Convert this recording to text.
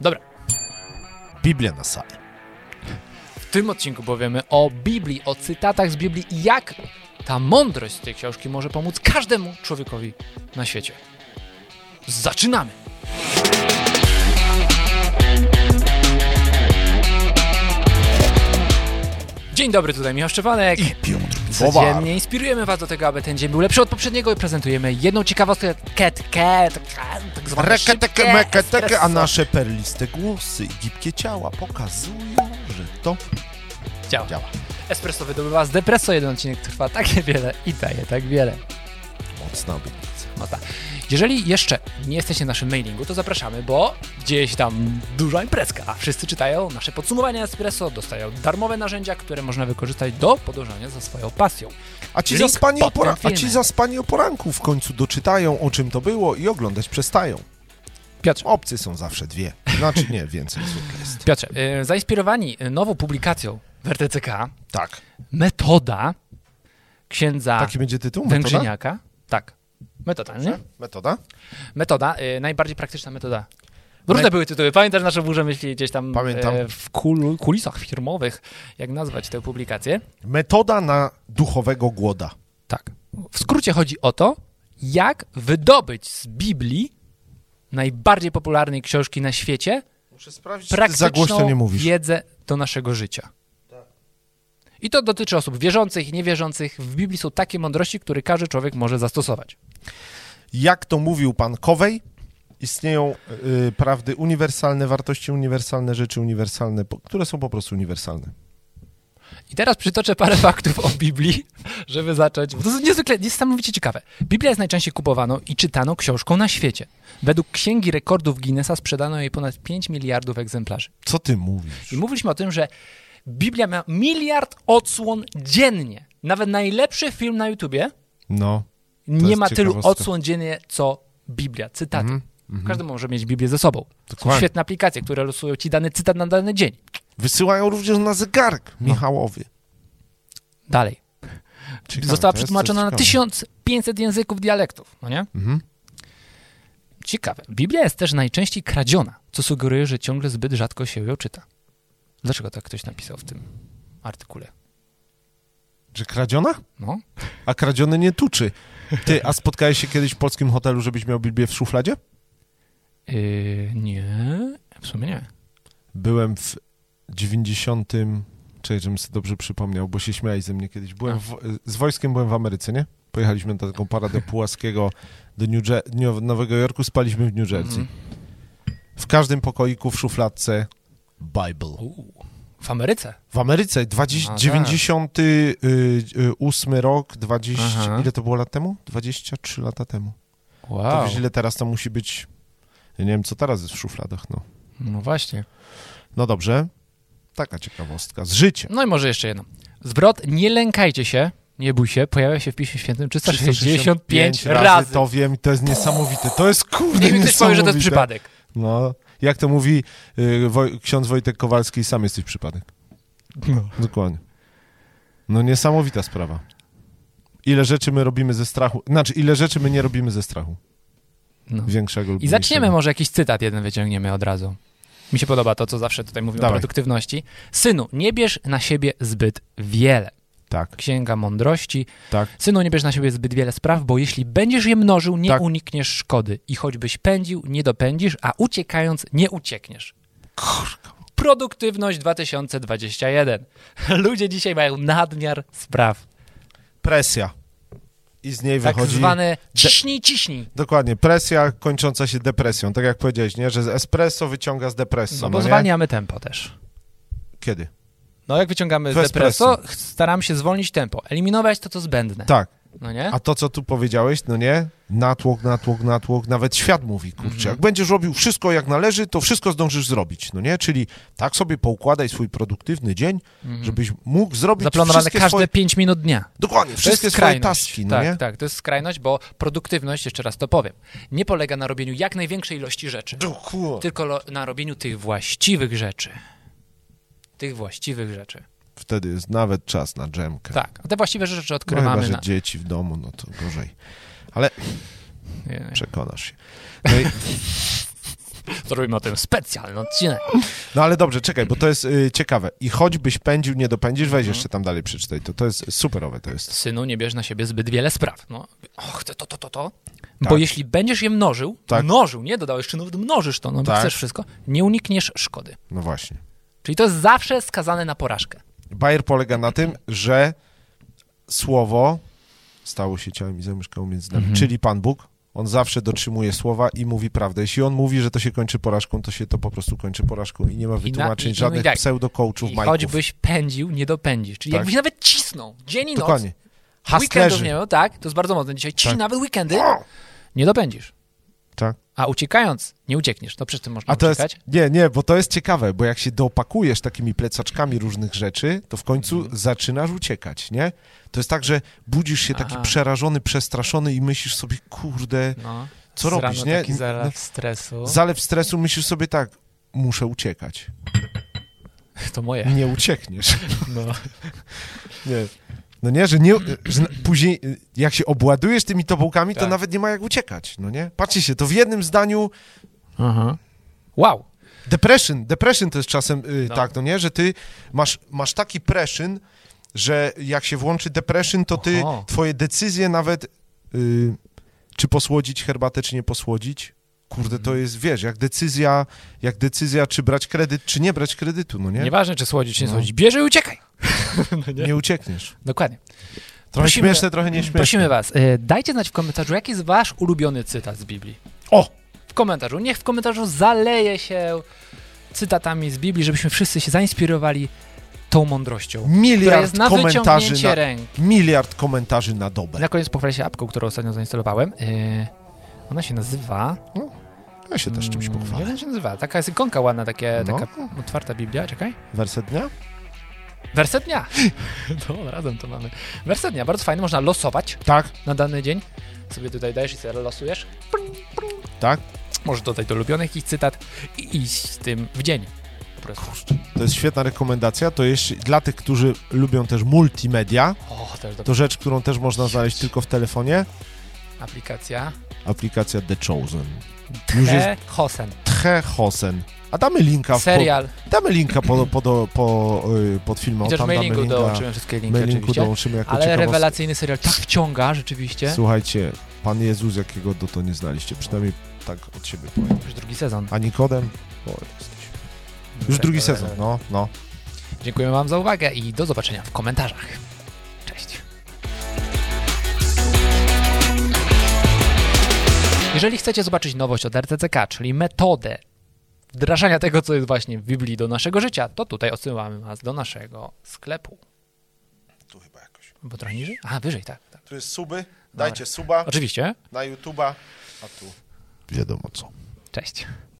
Dobra, Biblia na sali. w tym odcinku powiemy o Biblii, o cytatach z Biblii i jak ta mądrość z tej książki może pomóc każdemu człowiekowi na świecie. Zaczynamy! Dzień dobry, tutaj Michał Szczepanek. I Piotr Wowar. Codziennie inspirujemy Was do tego, aby ten dzień był lepszy od poprzedniego i prezentujemy jedną ciekawostkę, ketkę, tak zwane Reketekę, szybkie meketekę, a espresso. nasze perliste głosy i gibkie ciała pokazują, że to Działa. działa. Espresso wydobywa z depresso jeden odcinek, trwa takie wiele i daje tak wiele. Mocna obietnica. No tak. Jeżeli jeszcze nie jesteście na naszym mailingu, to zapraszamy, bo gdzieś tam duża imprezka. A wszyscy czytają nasze podsumowania Espresso, dostają darmowe narzędzia, które można wykorzystać do podążania za swoją pasją. A ci, Link zaspani o pod tym pora- a ci filmem. zaspani o poranku w końcu doczytają, o czym to było i oglądać przestają. Piotr, Opcje są zawsze dwie. Znaczy nie, więcej zwykle jest. Piotrze, y, zainspirowani y, nową publikacją w RTCK, Tak. metoda księdza Taki będzie tytuł? Metoda? Węgrzyniaka. Tak, metoda, nie? Metoda? Metoda, y, najbardziej praktyczna metoda. Różne Naj- były tytuły. Pamiętasz nasze burze myśli gdzieś tam Pamiętam. e, w kul- kulisach firmowych, jak nazwać tę publikację. Metoda na duchowego głoda. Tak. W skrócie chodzi o to, jak wydobyć z Biblii najbardziej popularnej książki na świecie Muszę sprawdzić, czy ty za praktyczną głośno nie mówisz. wiedzę do naszego życia. I to dotyczy osób wierzących i niewierzących. W Biblii są takie mądrości, które każdy człowiek może zastosować. Jak to mówił pan Kowej, istnieją y, prawdy uniwersalne, wartości uniwersalne, rzeczy uniwersalne, po, które są po prostu uniwersalne. I teraz przytoczę parę faktów o Biblii, żeby zacząć. Bo to jest niezwykle, niesamowicie ciekawe. Biblia jest najczęściej kupowaną i czytaną książką na świecie. Według Księgi Rekordów Guinnessa sprzedano jej ponad 5 miliardów egzemplarzy. Co ty mówisz? I mówiliśmy o tym, że Biblia ma miliard odsłon dziennie. Nawet najlepszy film na YouTubie No. nie jest ma tylu ciekawostka. Mhm, odsłon dziennie, co Biblia. Cytaty. Każdy może mieć Biblię ze sobą. Są Dokładnie. świetne aplikacje, które losują ci dany cytat na dany dzień. Wysyłają również na zegarek No. Michałowy. Dalej. Ciekawe, została to jest przetłumaczona coś na ciekawe. Mhm. 1500 języków dialektów, no nie? Ciekawe. Biblia jest też najczęściej kradziona, co sugeruje, że ciągle zbyt rzadko się ją czyta. Dlaczego tak ktoś napisał w tym artykule? Że kradziona? No, A kradziony nie tuczy. Ty, a spotkałeś się kiedyś w polskim hotelu, żebyś miał Biblię w szufladzie? yy, nie, w sumie nie. Byłem w 90. Czekaj, żebym sobie dobrze przypomniał, bo się śmiałeś ze mnie kiedyś. Byłem w, z wojskiem byłem w Ameryce, nie? Pojechaliśmy na taką paradę Pułaskiego do New Jer- New- Nowego Jorku, spaliśmy w New Mm. Jersey. Mhm. W każdym pokoiku w szufladce Bible. Uuu, w Ameryce. W Ameryce, 20, No tak. 98 y, rok, 20, Aha. ile to było lat temu? 23 lata temu. To Wow. wiesz, ile teraz to musi być, ja nie wiem, co teraz jest w szufladach, no. No właśnie. No dobrze, taka ciekawostka, z życia. No i może jeszcze jedno. Zwrot nie lękajcie się, nie bój się, pojawia się w Piśmie Świętym 365 razy. razy. To wiem, to jest niesamowite. To jest kurde Nie wiem, ktoś powie, niesamowite. że to jest przypadek. No, jak to mówi y, Woj- ksiądz Wojtek Kowalski, sam jesteś przypadek. No. Dokładnie. No niesamowita sprawa. Ile rzeczy my robimy ze strachu, znaczy ile rzeczy my nie robimy ze strachu. No. Większego lub I zaczniemy, mniejszego. może jakiś cytat jeden wyciągniemy od razu. Mi się podoba to, co zawsze tutaj mówimy o Dawaj. produktywności. Synu, nie bierz na siebie zbyt wiele. Tak, Księga Mądrości. tak. Synu, nie bierz na siebie zbyt wiele spraw, bo jeśli będziesz je mnożył, nie Tak. unikniesz szkody. I choćbyś pędził, nie dopędzisz, a uciekając, nie uciekniesz. Produktywność 2021. Ludzie dzisiaj mają nadmiar spraw. Presja. I z niej Tak wychodzi... zwane ciśnij, ciśnij. Dokładnie, presja kończąca się depresją. Tak jak powiedziałeś, nie? Że z espresso wyciąga z depresji. No bo nie? zwalniamy tempo też. Kiedy? No jak wyciągamy z To jest depreso, staram się zwolnić tempo, eliminować to, co zbędne. Tak. No nie? A to, co tu powiedziałeś, no nie? Natłok, natłok, natłok, nawet świat mówi, kurczę, Mhm. jak będziesz robił wszystko jak należy, to wszystko zdążysz zrobić, no nie? Czyli tak sobie poukładaj swój produktywny dzień, Mhm. żebyś mógł zrobić Zaplanowane wszystkie każde swoje... 5 minut dnia. Dokładnie, To jest wszystkie swoje skrajność. taski, no tak, nie? tak, to jest skrajność, bo produktywność, jeszcze raz to powiem, nie polega na robieniu jak największej ilości rzeczy, No Dokładnie. tylko lo- na robieniu tych właściwych rzeczy. Tych właściwych rzeczy. Wtedy jest nawet czas na dżemkę. Tak, a te właściwe rzeczy no chyba, odkrywamy że na... dzieci w domu, no to gorzej. Ale Nie, nie. przekonasz się. No i... Zrobimy o tym specjalny odcinek. No ale dobrze, czekaj, bo to jest y, ciekawe. I choćbyś pędził, nie dopędzisz, weź Mhm. jeszcze tam dalej przeczytaj. To, to jest superowe, to jest. Synu, nie bierz na siebie zbyt wiele spraw. No, o, chcę to, to, to, to. Bo Tak. jeśli będziesz je mnożył, Tak. mnożył, nie dodałeś czynów, mnożysz to, no bo Tak. chcesz wszystko, nie unikniesz szkody. No właśnie. Czyli to jest zawsze skazane na porażkę. Bayer polega na tym, że słowo stało się ciałem i zamieszkało między Mhm. nami, czyli Pan Bóg. On zawsze dotrzymuje słowa i mówi prawdę. Jeśli on mówi, że to się kończy porażką, to się to po prostu kończy porażką i nie ma wytłumaczeń i- i- żadnych i tak. pseudo-coachów, I majków. choćbyś pędził, nie dopędzisz. Czyli Tak. jakbyś nawet cisnął dzień i noc, Dokładnie. weekendów Hustlerzy. nie miał, tak, to jest bardzo mocne dzisiaj, ciśnij Tak. nawet weekendy, nie dopędzisz. Tak. A uciekając, nie uciekniesz, to przez tym można A to jest, uciekać. nie, nie, bo to jest ciekawe, bo jak się dopakujesz takimi plecaczkami różnych rzeczy, to w końcu Mhm. zaczynasz uciekać, nie? To jest tak, że budzisz się taki Aha. przerażony, przestraszony i myślisz sobie, kurde, No. Co Z robisz, rano nie? Taki No, zalew stresu. zalew stresu, myślisz sobie tak, muszę uciekać. To moje. Nie uciekniesz. No. Nie. No nie, że, nie, że na- później y, jak się obładujesz tymi tobołkami, to Tak. nawet nie ma jak uciekać, no nie? Patrzcie się, to w jednym zdaniu Aha. Wow. Depression, depression to jest czasem y, No. tak, no nie, że ty masz, masz taki preszyn, że jak się włączy depression, to ty, Oho. twoje decyzje nawet, y, czy posłodzić herbatę, czy nie posłodzić, kurde, Mhm. to jest, wiesz, jak decyzja, jak decyzja, czy brać kredyt, czy nie brać kredytu, no nie? Nieważne, czy słodzić, czy nie No. słodzić. Bierz i uciekaj. No Nie, uciekniesz. Dokładnie. Trochę Prosimy- śmieszne, trochę nieśmieszne. Prosimy was, e, dajcie znać w komentarzu, jaki jest wasz ulubiony cytat z Biblii. O! W komentarzu. Niech w komentarzu zaleje się cytatami z Biblii, żebyśmy wszyscy się zainspirowali tą mądrością, która jest Miliard na komentarzy wyciągnięcie na, ręki. miliard komentarzy na dobę. Na koniec pochwalę się apką, którą ostatnio zainstalowałem. E, ona się nazywa... Ja się też czymś Mm, Jak pochwalę. ona się nazywa? Taka jest ikonka ładna, takie, No. taka otwarta Biblia, czekaj. Werset dnia? Werset dnia. No, razem to mamy. Werset dnia, bardzo fajny, można losować Tak, na dany dzień. Sobie tutaj dajesz i sobie losujesz. Pring, pring. tak. Możesz dodać do ulubionych jakiś cytat i iść z tym w dzień. Po prostu. To jest świetna rekomendacja. To jeszcze dla tych, którzy lubią też multimedia, O, też dobra to rzecz, którą też można znaleźć tylko w telefonie, aplikacja. aplikacja The Chosen. Już jest Te Hosen. Tche Hosen. A damy linka, w Serial. Pod, damy linka po, po, do- po, y, pod filmem. Chociaż Tam damy mailingu linka, dołączyłem wszystkie linki mailingu oczywiście. dołączymy jako Ale ciekawostkę. rewelacyjny serial tak wciąga rzeczywiście. Słuchajcie, Pan Jezus, jakiego do to nie znaliście, przynajmniej tak od siebie powiem. Już drugi sezon. A Nikodem? O, jesteś. Już Tak, drugi dobra, sezon, dobra. no, no. Dziękuję Wam za uwagę i do zobaczenia w komentarzach. Cześć. Jeżeli chcecie zobaczyć nowość od RTCK, czyli metodę wdrażania tego, co jest właśnie w Biblii do naszego życia, to tutaj odsyłamy Was do naszego sklepu. Tu chyba jakoś. Bo trochę niżej? A, wyżej, tak. tak. Tu jest suby, dajcie suba Oczywiście. na YouTube'a, a tu wiadomo co. Cześć.